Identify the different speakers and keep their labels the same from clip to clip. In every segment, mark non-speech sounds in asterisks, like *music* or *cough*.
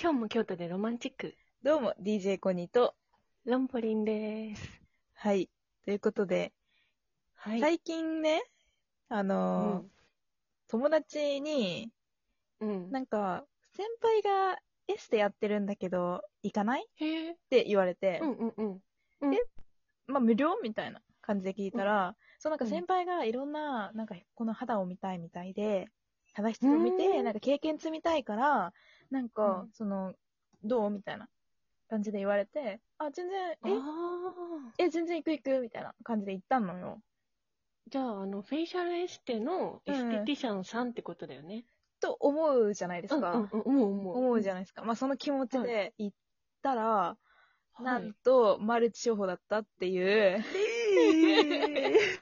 Speaker 1: 今日も京都でロマンチック、
Speaker 2: どうも、DJ コニーと、
Speaker 1: ロンポリンです。
Speaker 2: はい。ということで、
Speaker 1: はい。
Speaker 2: 最近ね、あ
Speaker 1: う
Speaker 2: のー
Speaker 1: ん。
Speaker 2: 友達に、
Speaker 1: うん、
Speaker 2: なんか、先輩がエステやってるんだけど、行かないっ
Speaker 1: へえ。
Speaker 2: て言われて、
Speaker 1: うんうんうん。
Speaker 2: まあ無料みたいな感じで聞いたら、そうなんか
Speaker 1: うん
Speaker 2: 先輩がいろんな、なんかこの肌を見たいみたいで、肌質を見
Speaker 1: う
Speaker 2: て、
Speaker 1: ん
Speaker 2: なんか経験積みたいから、なんか
Speaker 1: う、ん
Speaker 2: その、どうみたいな感じで言われて、あ、全
Speaker 1: あ
Speaker 2: 然、
Speaker 1: あ。
Speaker 2: え、え、全然行く行くみたいな感じで行ったのよ。
Speaker 1: じゃあ、あの、フェイシャルエステのエステティシャンさんってことだよね。
Speaker 2: と思うじゃないですか。
Speaker 1: うんうんうん、思う思う。
Speaker 2: 思うじ
Speaker 1: ゃ
Speaker 2: ゃないですか。まあその気持ちで行ったら、
Speaker 1: ん。
Speaker 2: な
Speaker 1: は
Speaker 2: ん
Speaker 1: い。
Speaker 2: と、マルチ商法だったっていう。
Speaker 1: *laughs* えー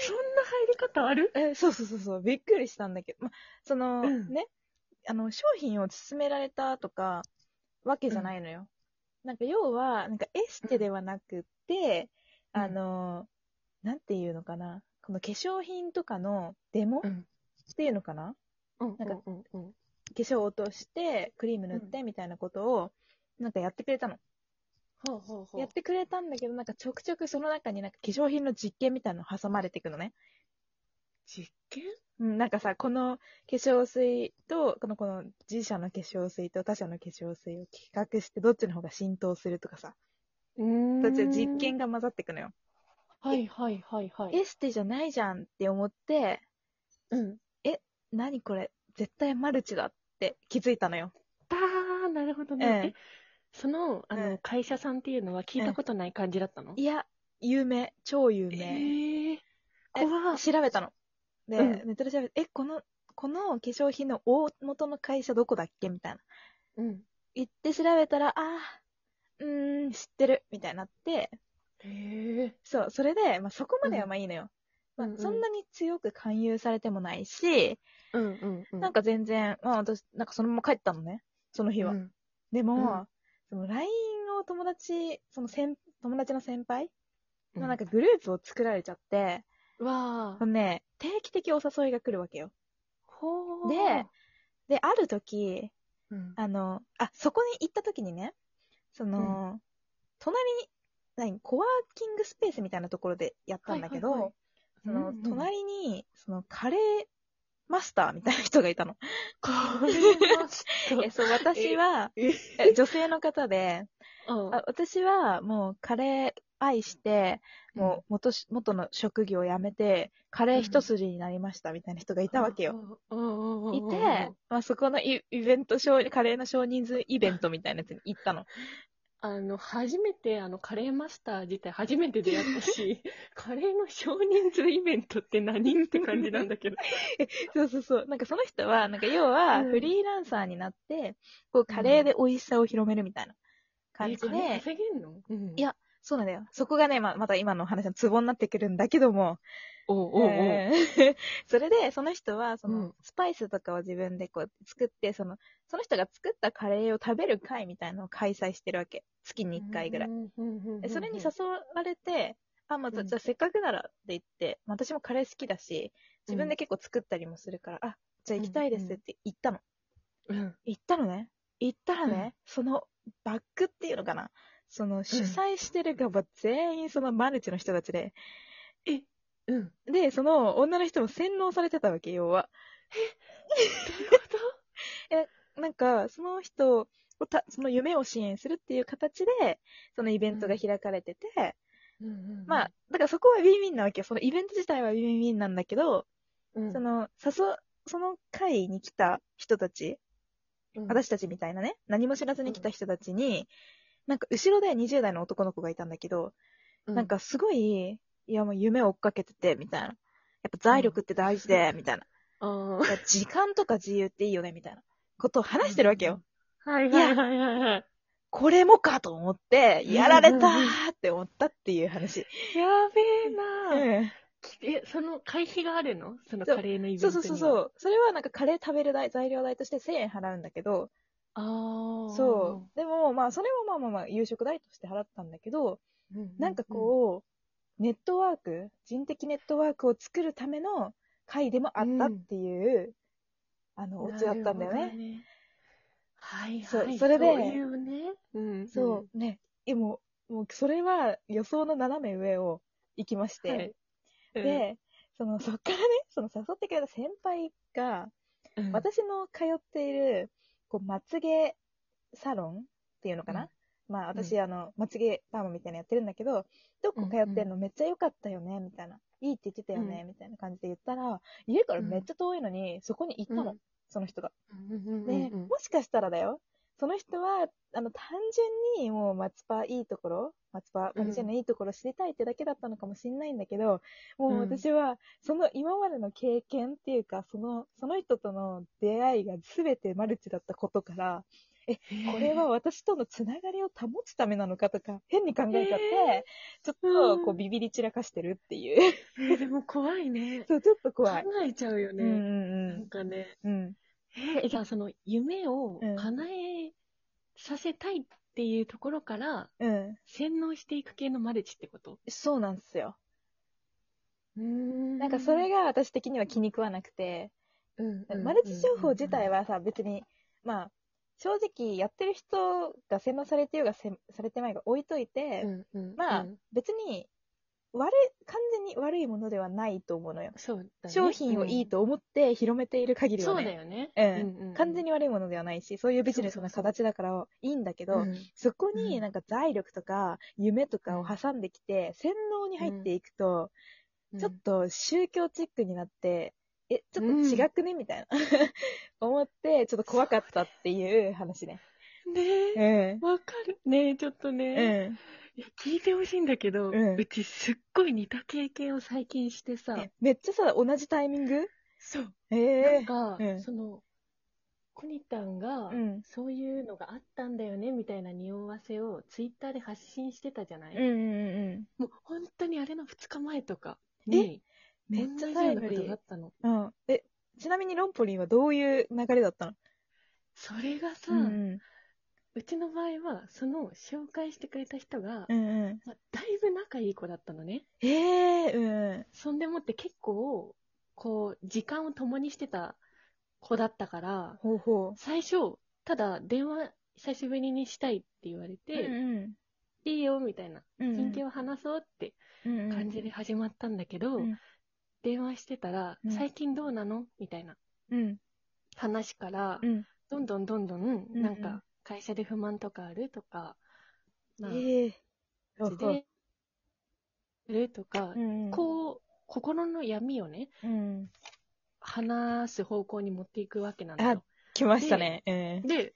Speaker 1: そんな入り方ある
Speaker 2: え、そうそうそうそう、びっくりしたんだけど、ま、その、
Speaker 1: うん
Speaker 2: ね、あの、商品を勧められたとか、わけじゃないのよ。なんか、要は、なんか、エステではなくて、
Speaker 1: うん
Speaker 2: あの、なんていうのかな、この化粧品とかのデモ、
Speaker 1: うん
Speaker 2: っていうのかな
Speaker 1: うん
Speaker 2: なんか
Speaker 1: うんうんうん。
Speaker 2: 化粧を落として、クリーム塗ってみたいなことを、なんかやってくれたの。
Speaker 1: ほうほうほう。
Speaker 2: やってくれたんだけど、なんかちょくちょくその中になんか化粧品の実験みたいなの挟まれていくのね。
Speaker 1: 実験
Speaker 2: うん、なんかさ、この化粧水と、この、この自社の化粧水と他社の化粧水を比較して、どっちの方が浸透するとかさ、
Speaker 1: うーん
Speaker 2: どっちの実験が混ざってくのよ。
Speaker 1: はいはいはいはい。
Speaker 2: エステじゃないじゃんって思って、
Speaker 1: うん。
Speaker 2: 何これ、絶対マルチだって気づいたのよ。
Speaker 1: あー、なるほどね。
Speaker 2: ええ
Speaker 1: えその、あ
Speaker 2: う
Speaker 1: の、
Speaker 2: ん
Speaker 1: 会社さんっていうのは聞いたことない感じだったの
Speaker 2: いや、有名、超有
Speaker 1: え
Speaker 2: 名。
Speaker 1: ー、怖っ。
Speaker 2: 調べたの。で、
Speaker 1: うん
Speaker 2: ネットで調べて、え、この、この化粧品の大元の会社どこだっけみたいな。
Speaker 1: うん。
Speaker 2: 行って調べたら、ああ、うーん、知ってる、みたいになって、
Speaker 1: え
Speaker 2: そう、それで、まあ、そこまで
Speaker 1: う
Speaker 2: は
Speaker 1: ん
Speaker 2: まあいいのよ。
Speaker 1: う
Speaker 2: まあ
Speaker 1: んうん、
Speaker 2: そんなに強く勧誘されてもないし、
Speaker 1: ー。うんうんうん。
Speaker 2: なんか全然、まあ私、なんかそのまま帰ったのね、その日は。
Speaker 1: うん
Speaker 2: でも、
Speaker 1: うん
Speaker 2: その LINE を友達、その先、友達の先輩
Speaker 1: う
Speaker 2: の
Speaker 1: ん
Speaker 2: なんかグループを作られちゃって、
Speaker 1: わ
Speaker 2: そ
Speaker 1: ー。
Speaker 2: のね、定期的お誘いが来るわけよ。
Speaker 1: ほー。
Speaker 2: で、で、ある時、
Speaker 1: うん、
Speaker 2: あの、あ、そこに行った時にね、その、隣に、何、コワーキングスペースみたいなところでやったんだけど、
Speaker 1: はいはい
Speaker 2: その、
Speaker 1: うんうん
Speaker 2: 隣に、その、カレーマスターみたいな人がいた
Speaker 1: *laughs*
Speaker 2: の。
Speaker 1: これはちょっ
Speaker 2: え、そう、私は、
Speaker 1: え
Speaker 2: え女性の方で、
Speaker 1: と、
Speaker 2: あ私はもうカレー愛して、
Speaker 1: うん
Speaker 2: もう元し元の職業を辞めて、カレー一筋になりましたみたいな人がいたわけよ。
Speaker 1: よ。うんうんうん
Speaker 2: い
Speaker 1: うんうん
Speaker 2: て、まあ、そこのイイベント少、カレーの少人数イベントみたいなやつに行ったの。
Speaker 1: あの、初めて、あの、カレーマスター自体初めて出会った
Speaker 2: *laughs*
Speaker 1: し、カレーの少人数イベントって何って感じなんだけど。
Speaker 2: *laughs* そうそうそう。なんかその人は、なんか要は
Speaker 1: うん
Speaker 2: フリーランサーになって、こうカレーで美味しさを広めるみたいな感じで、
Speaker 1: え金稼げんの、うん
Speaker 2: いやそうなんだよ。そこがね、まあまた今のお話のツボになってくるんだけども、
Speaker 1: おうおうおう、
Speaker 2: えー *laughs* それで、その人は、そうの
Speaker 1: ん、
Speaker 2: スパイスとかを自分でこう、作って、その、その人が作ったカレーを食べる会みたいなのを開催してるわけ。月に1回ぐらい。で
Speaker 1: い
Speaker 2: それに誘われて、あ、まあ、じゃ
Speaker 1: うん
Speaker 2: じゃあせっかくならって言って、まあ私もカレー好きだし、自分
Speaker 1: う
Speaker 2: で
Speaker 1: ん
Speaker 2: 結構作ったりもするから、あ、じゃあ行きたいですって言ったの。
Speaker 1: うん
Speaker 2: 行ったのね。行ったら
Speaker 1: う
Speaker 2: ね、その、バックっていうのかな。その、主催してる側全員そのマルチの人たちで、
Speaker 1: うん。
Speaker 2: で、その女の人も洗脳されてたわけ、要は。 *laughs* なんか、その人をた、その夢を支援するっていう形で、そのイベントが開かれてて、
Speaker 1: うんうんうん
Speaker 2: まあ、、だからそこはウィンウィンなわけよ。そのイベント自体はウィンウィンなんだけど、
Speaker 1: うん
Speaker 2: そ、の、誘う、その会に来た人たち、
Speaker 1: うん、
Speaker 2: 私たちみたいなね、何も知らずに来た人たちに、なんか後ろで20代の男の子がいたんだけど、
Speaker 1: う
Speaker 2: なん、かすごい、いやもう夢を追っかけてて、みたいな。やっぱ財力って大事で、みたいな。
Speaker 1: あー
Speaker 2: いや時間とか自由っていいよね、みたいなことを話してるわけよ。。
Speaker 1: はいはいはいはいはい。
Speaker 2: これもかと思って、
Speaker 1: うん
Speaker 2: やられたーって思ったっていう話。
Speaker 1: やべえなぁ、
Speaker 2: うん
Speaker 1: きえ、その会費があるのその
Speaker 2: そう
Speaker 1: カレーのイベント
Speaker 2: そう
Speaker 1: に
Speaker 2: そう
Speaker 1: は。。
Speaker 2: そうそうう。それはなんかカレー食べる代材料代として1000円払うんだけど、
Speaker 1: あー
Speaker 2: そう。でもまあそれもまあまあまあ夕食代として払ったんだけど、
Speaker 1: う。
Speaker 2: なんかこう、ネットワーク、人的ネットワークを作るための会でもあったっていう、あの、オチだったんだよ
Speaker 1: なる
Speaker 2: ね。
Speaker 1: ほどね。はい
Speaker 2: そ
Speaker 1: はい。
Speaker 2: それで
Speaker 1: そういうね。うん。
Speaker 2: そう、ね。え、もう、もう、それは予想の斜め上を行きまし
Speaker 1: うん。
Speaker 2: て、
Speaker 1: はい、
Speaker 2: で、その、そっからね、その誘ってくれた先輩が、
Speaker 1: うん、うん、
Speaker 2: 私の通っている、こう、まつげサロンっていうのかな、まあ、私、あの、まつげパーマみたいなのやってるんだけど、どこ通ってんのめっちゃ良かったよね、みたいな。いいって言ってたよね、
Speaker 1: う
Speaker 2: みたいな感じで言ったら、家からめっちゃ遠いのに、そこに行ったの、
Speaker 1: うん
Speaker 2: その人が。
Speaker 1: うん、
Speaker 2: で、
Speaker 1: うんうん
Speaker 2: もしかしたらだよ、その人は、あの、単純にもう松葉いいところ、松葉、
Speaker 1: うん
Speaker 2: マルシェのいいところ知りたいってだけだったのかもしれないんだけど、もう
Speaker 1: うん
Speaker 2: 私は、その今までの経験っていうか、その、その人との出会いが全てマルチだったことから、これは私とのつながりを保つためなのかとか、変に考えちゃって、ちょっと
Speaker 1: う
Speaker 2: こうんビビり散らかしてるっていう。
Speaker 1: えーでも怖いね。
Speaker 2: *laughs* そう、ちょっと怖い。
Speaker 1: 考えちゃうよ
Speaker 2: う
Speaker 1: ね。
Speaker 2: んうん
Speaker 1: なんかね。
Speaker 2: うん。うん。
Speaker 1: えーじゃあその夢を
Speaker 2: うん
Speaker 1: 叶えさせたいっていうところから
Speaker 2: うん。
Speaker 1: 洗脳していく系のマルチってこと
Speaker 2: そうなんですよ。
Speaker 1: な
Speaker 2: なんかそれが私的には気に食わなくて、マルチ商法自体
Speaker 1: は、
Speaker 2: はさ、別に、まあ、正直やってる人が洗脳されてようがせんされてないが置いといて、
Speaker 1: うんうん
Speaker 2: まあ
Speaker 1: うん
Speaker 2: 別に悪い、完全に悪いものではないと思うのよ。
Speaker 1: そうだね、
Speaker 2: 商品をいい
Speaker 1: と、
Speaker 2: と思って広めている限り
Speaker 1: そ
Speaker 2: は
Speaker 1: うだ
Speaker 2: ね、
Speaker 1: よね。
Speaker 2: うん
Speaker 1: うんうん
Speaker 2: 完全に悪いものではないし、そういうビジネスの
Speaker 1: そうそう
Speaker 2: 形だからいいんだけ
Speaker 1: う
Speaker 2: ど、
Speaker 1: ん
Speaker 2: そこに
Speaker 1: うん
Speaker 2: なんか財力とか夢とかを挟んできて、洗脳に入っていくと、ちょっと宗教チックになって、え、ちょっと違くね、みたいな。 *laughs* 思って、ちょっと怖かったっていう話ね。
Speaker 1: うんね
Speaker 2: う
Speaker 1: えわかる。ねえちょっと
Speaker 2: ん。
Speaker 1: ね、
Speaker 2: う
Speaker 1: いや聞いてほしいんだけど、
Speaker 2: う
Speaker 1: うんちすっごい似た経験を最近してさ、
Speaker 2: ん。めっちゃさ、同じタイミング
Speaker 1: そう。
Speaker 2: え
Speaker 1: な
Speaker 2: え
Speaker 1: んか、
Speaker 2: うん
Speaker 1: その、コニタンが、
Speaker 2: うん。
Speaker 1: そういうのがあったんだよねみたいな匂わせをツイッターで発信してたじゃない、
Speaker 2: うんうんうん。
Speaker 1: もう本当にあれの2日前とかに、
Speaker 2: めっちゃ
Speaker 1: 同じ
Speaker 2: タ
Speaker 1: よう
Speaker 2: イ
Speaker 1: な
Speaker 2: ム
Speaker 1: こ
Speaker 2: リ
Speaker 1: とがあ
Speaker 2: ー
Speaker 1: っ。たの。
Speaker 2: うん。え、ちなみにロンポリンはどういう流れだったの
Speaker 1: それがさ、
Speaker 2: う
Speaker 1: うん
Speaker 2: うん。
Speaker 1: ちの場合は、その紹介してくれた人が、
Speaker 2: うんうん。
Speaker 1: まあ、だいぶ仲いい子だったのね。
Speaker 2: ええうん。
Speaker 1: そんでもって結構、こう、時間を共にしてた子だったから、
Speaker 2: ほうほ
Speaker 1: 最初、ただ電話久しぶりにしたいって言われ
Speaker 2: う。
Speaker 1: て、
Speaker 2: うん
Speaker 1: いいよみたいな、
Speaker 2: うん。
Speaker 1: 近況を話そうって
Speaker 2: うんうん
Speaker 1: 感じで始まったんだけど、
Speaker 2: うん
Speaker 1: 電話してたら、
Speaker 2: うん
Speaker 1: 最近どうなのみたいな
Speaker 2: うん。
Speaker 1: 話から、
Speaker 2: うん。
Speaker 1: どんどんどんどん、
Speaker 2: ん
Speaker 1: なんか、会社で不満とかあるとか、まあ、
Speaker 2: ええほう
Speaker 1: 自
Speaker 2: ほう
Speaker 1: で、あるとか
Speaker 2: う、んうん。
Speaker 1: こう、心の闇をね、
Speaker 2: うん。
Speaker 1: 話す方向に持っていくわけなんだよ。
Speaker 2: 来ましたね。うん。
Speaker 1: で、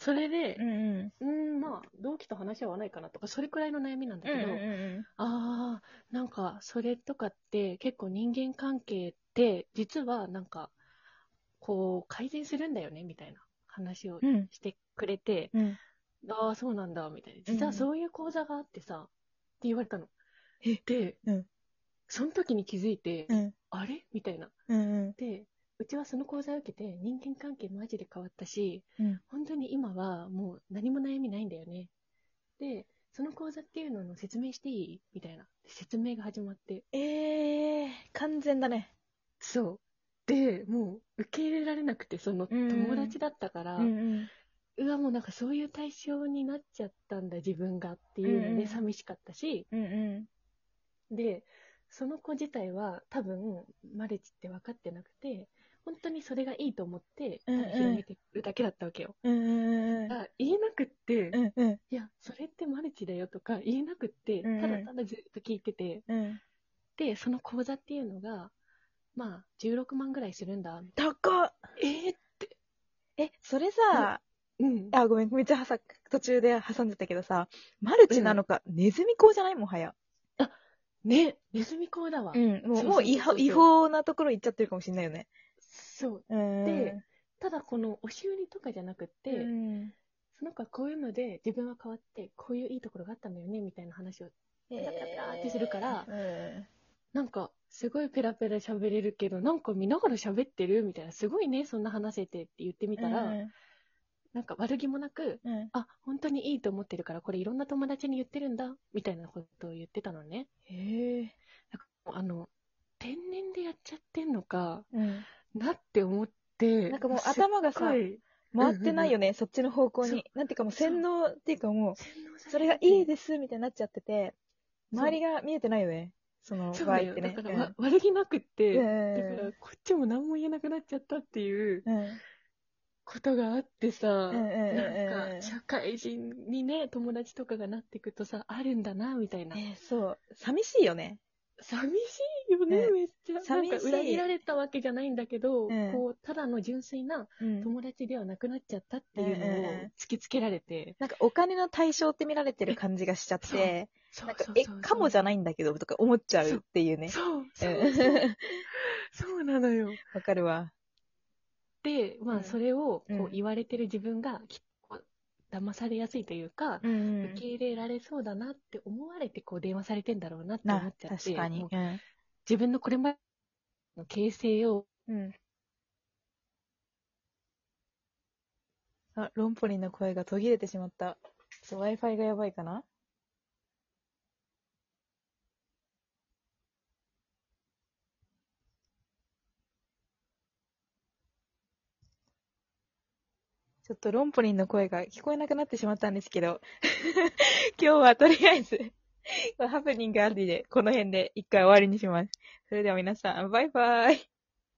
Speaker 1: それで
Speaker 2: う、んうん。
Speaker 1: うーん、まあ、同期と話し合わないかなとか、それくらいの悩みなんだ
Speaker 2: うん
Speaker 1: けど、
Speaker 2: うん
Speaker 1: ああ、なんか、それとかって、結構人間関係って、実はなんか、こう、改善するんだよね、みたいな話を
Speaker 2: うん。うん。
Speaker 1: してくれて、
Speaker 2: うん。
Speaker 1: ああ、そうなんだ、みたいな。
Speaker 2: うん
Speaker 1: 実はそういう講座があってさ、って言われたの。
Speaker 2: え
Speaker 1: で、
Speaker 2: うん
Speaker 1: その時に気づいて、
Speaker 2: うん。
Speaker 1: あれみたいな。
Speaker 2: うん。
Speaker 1: で、うちはその講座を受けて、人間関係マジで変わったし、
Speaker 2: うん
Speaker 1: 本当に今はもう何も悩みないんだよね。で、その講座っていうのの説明していいみたいな。説明が始まって。
Speaker 2: ええ完全だね。
Speaker 1: そう。で、もう受け入れられなくて、その
Speaker 2: うん
Speaker 1: 友達だったから、
Speaker 2: うんうん。
Speaker 1: うわ、もうなんかそういう対象になっちゃったんだ、自分がっていう
Speaker 2: う
Speaker 1: の
Speaker 2: んうん
Speaker 1: で寂しかったし、
Speaker 2: うんう
Speaker 1: で、その子自体は多分、マルチって分かってなくて、本当にそれがいいと思って、
Speaker 2: うんうん
Speaker 1: ただ広めてるだけだったわけよ。
Speaker 2: ん。うんうんうん。
Speaker 1: あ言えなくって、
Speaker 2: うんうん
Speaker 1: いや、それってマルチだよとか言えなくって、
Speaker 2: うんうん
Speaker 1: ただただずっと聞いてて、
Speaker 2: うん。
Speaker 1: で、その講座っていうのが、まあ、16万ぐらいするんだ。
Speaker 2: 高っ
Speaker 1: えー、
Speaker 2: え、それさ、
Speaker 1: うん。
Speaker 2: あ、ごめん、めっちゃはさ途中で挟んでたけどさ、マルチなのか、ネズミ講じゃないもはや。
Speaker 1: ね、ネズミ講だわ。
Speaker 2: ん。
Speaker 1: そうそ
Speaker 2: も
Speaker 1: うそう
Speaker 2: う、
Speaker 1: そう
Speaker 2: もう違法、違法なところ行っちゃってるかもしれないよね。
Speaker 1: そう。
Speaker 2: うん。
Speaker 1: で、ただこの押し売りとかじゃなくって、
Speaker 2: うん。
Speaker 1: その子はこういうので自分は変わって、こういういいところがあったんだよね、みたいな話を。ペラペラペラってするから
Speaker 2: え
Speaker 1: なんか、すごいペラペラ喋れるけど、なんか見ながら喋ってるみたいな、すごいね、そんな話せてって言ってみ
Speaker 2: ー、
Speaker 1: たら、
Speaker 2: うん
Speaker 1: なんか悪気もなく、
Speaker 2: うん。
Speaker 1: あ、本当にいいと思ってるから、これいろんな友達に言ってるんだ、みたいなことを言ってたのね。
Speaker 2: へえ。
Speaker 1: あの、天然でやっちゃってんのか
Speaker 2: うん。
Speaker 1: なって思って、
Speaker 2: なんかもう
Speaker 1: すっ
Speaker 2: 頭がさ
Speaker 1: ご、い
Speaker 2: 回ってないよね、そっちの方向
Speaker 1: そ
Speaker 2: に
Speaker 1: う。
Speaker 2: なんていうかもう
Speaker 1: そう
Speaker 2: 洗脳っていうかもう、
Speaker 1: 洗脳さ
Speaker 2: それ
Speaker 1: れ
Speaker 2: が
Speaker 1: てて
Speaker 2: いいですみたいになっちゃってて、
Speaker 1: そう
Speaker 2: 周りが見えてないよね。その
Speaker 1: そう
Speaker 2: 場合っ
Speaker 1: だよ、
Speaker 2: て
Speaker 1: だ
Speaker 2: ね。
Speaker 1: からわ、悪気なくって、だか
Speaker 2: う。
Speaker 1: らこっちも何も言えなくなっちゃったっていうん
Speaker 2: うん。
Speaker 1: ことがあってさ、
Speaker 2: うんうんうんうん
Speaker 1: なんか社会人にね、友達とかがなってくとさ、あるんだな、みたいな。
Speaker 2: えーそう。寂しいよね。
Speaker 1: 寂しいよね、
Speaker 2: ね
Speaker 1: めっちゃ。なん
Speaker 2: 寂しい
Speaker 1: か裏切られたわけじゃないんだけど、
Speaker 2: うん
Speaker 1: こう、ただの純粋な
Speaker 2: うん
Speaker 1: 友達ではなくなっちゃったっていうの
Speaker 2: うんうん
Speaker 1: を
Speaker 2: うん
Speaker 1: 突きつけられて、
Speaker 2: なんかお金の対象って見られてる感じがしちゃっ
Speaker 1: そう
Speaker 2: て、
Speaker 1: そう
Speaker 2: なんか
Speaker 1: そう、
Speaker 2: え
Speaker 1: そう、
Speaker 2: かもじゃないんだけどとか思っちゃうっていうね。
Speaker 1: そう、そうう、
Speaker 2: ん
Speaker 1: そう、そうなのよ。
Speaker 2: わかるわ。
Speaker 1: で、ま
Speaker 2: う
Speaker 1: あ、
Speaker 2: ん
Speaker 1: それを
Speaker 2: う
Speaker 1: こ
Speaker 2: ん
Speaker 1: う言われてる自分が、きっと騙されやすいというか、
Speaker 2: うんう
Speaker 1: 受け入れられそうだなって思われて、こう、電話されてんだろうなって思
Speaker 2: な
Speaker 1: っちゃって、
Speaker 2: 確かに
Speaker 1: もう。自分のこれまでの形成を、
Speaker 2: うん。あ、ロンポリンの声が途切れてしまった。ちょっと Wi-Fi がやばいかなちょっとロンポリンの声が聞こえなくなってしまったんですけど、 *laughs* 今日はとりあえず、ハプニングありで、この辺で一回終わりにします。それでは皆さん、バイバイ。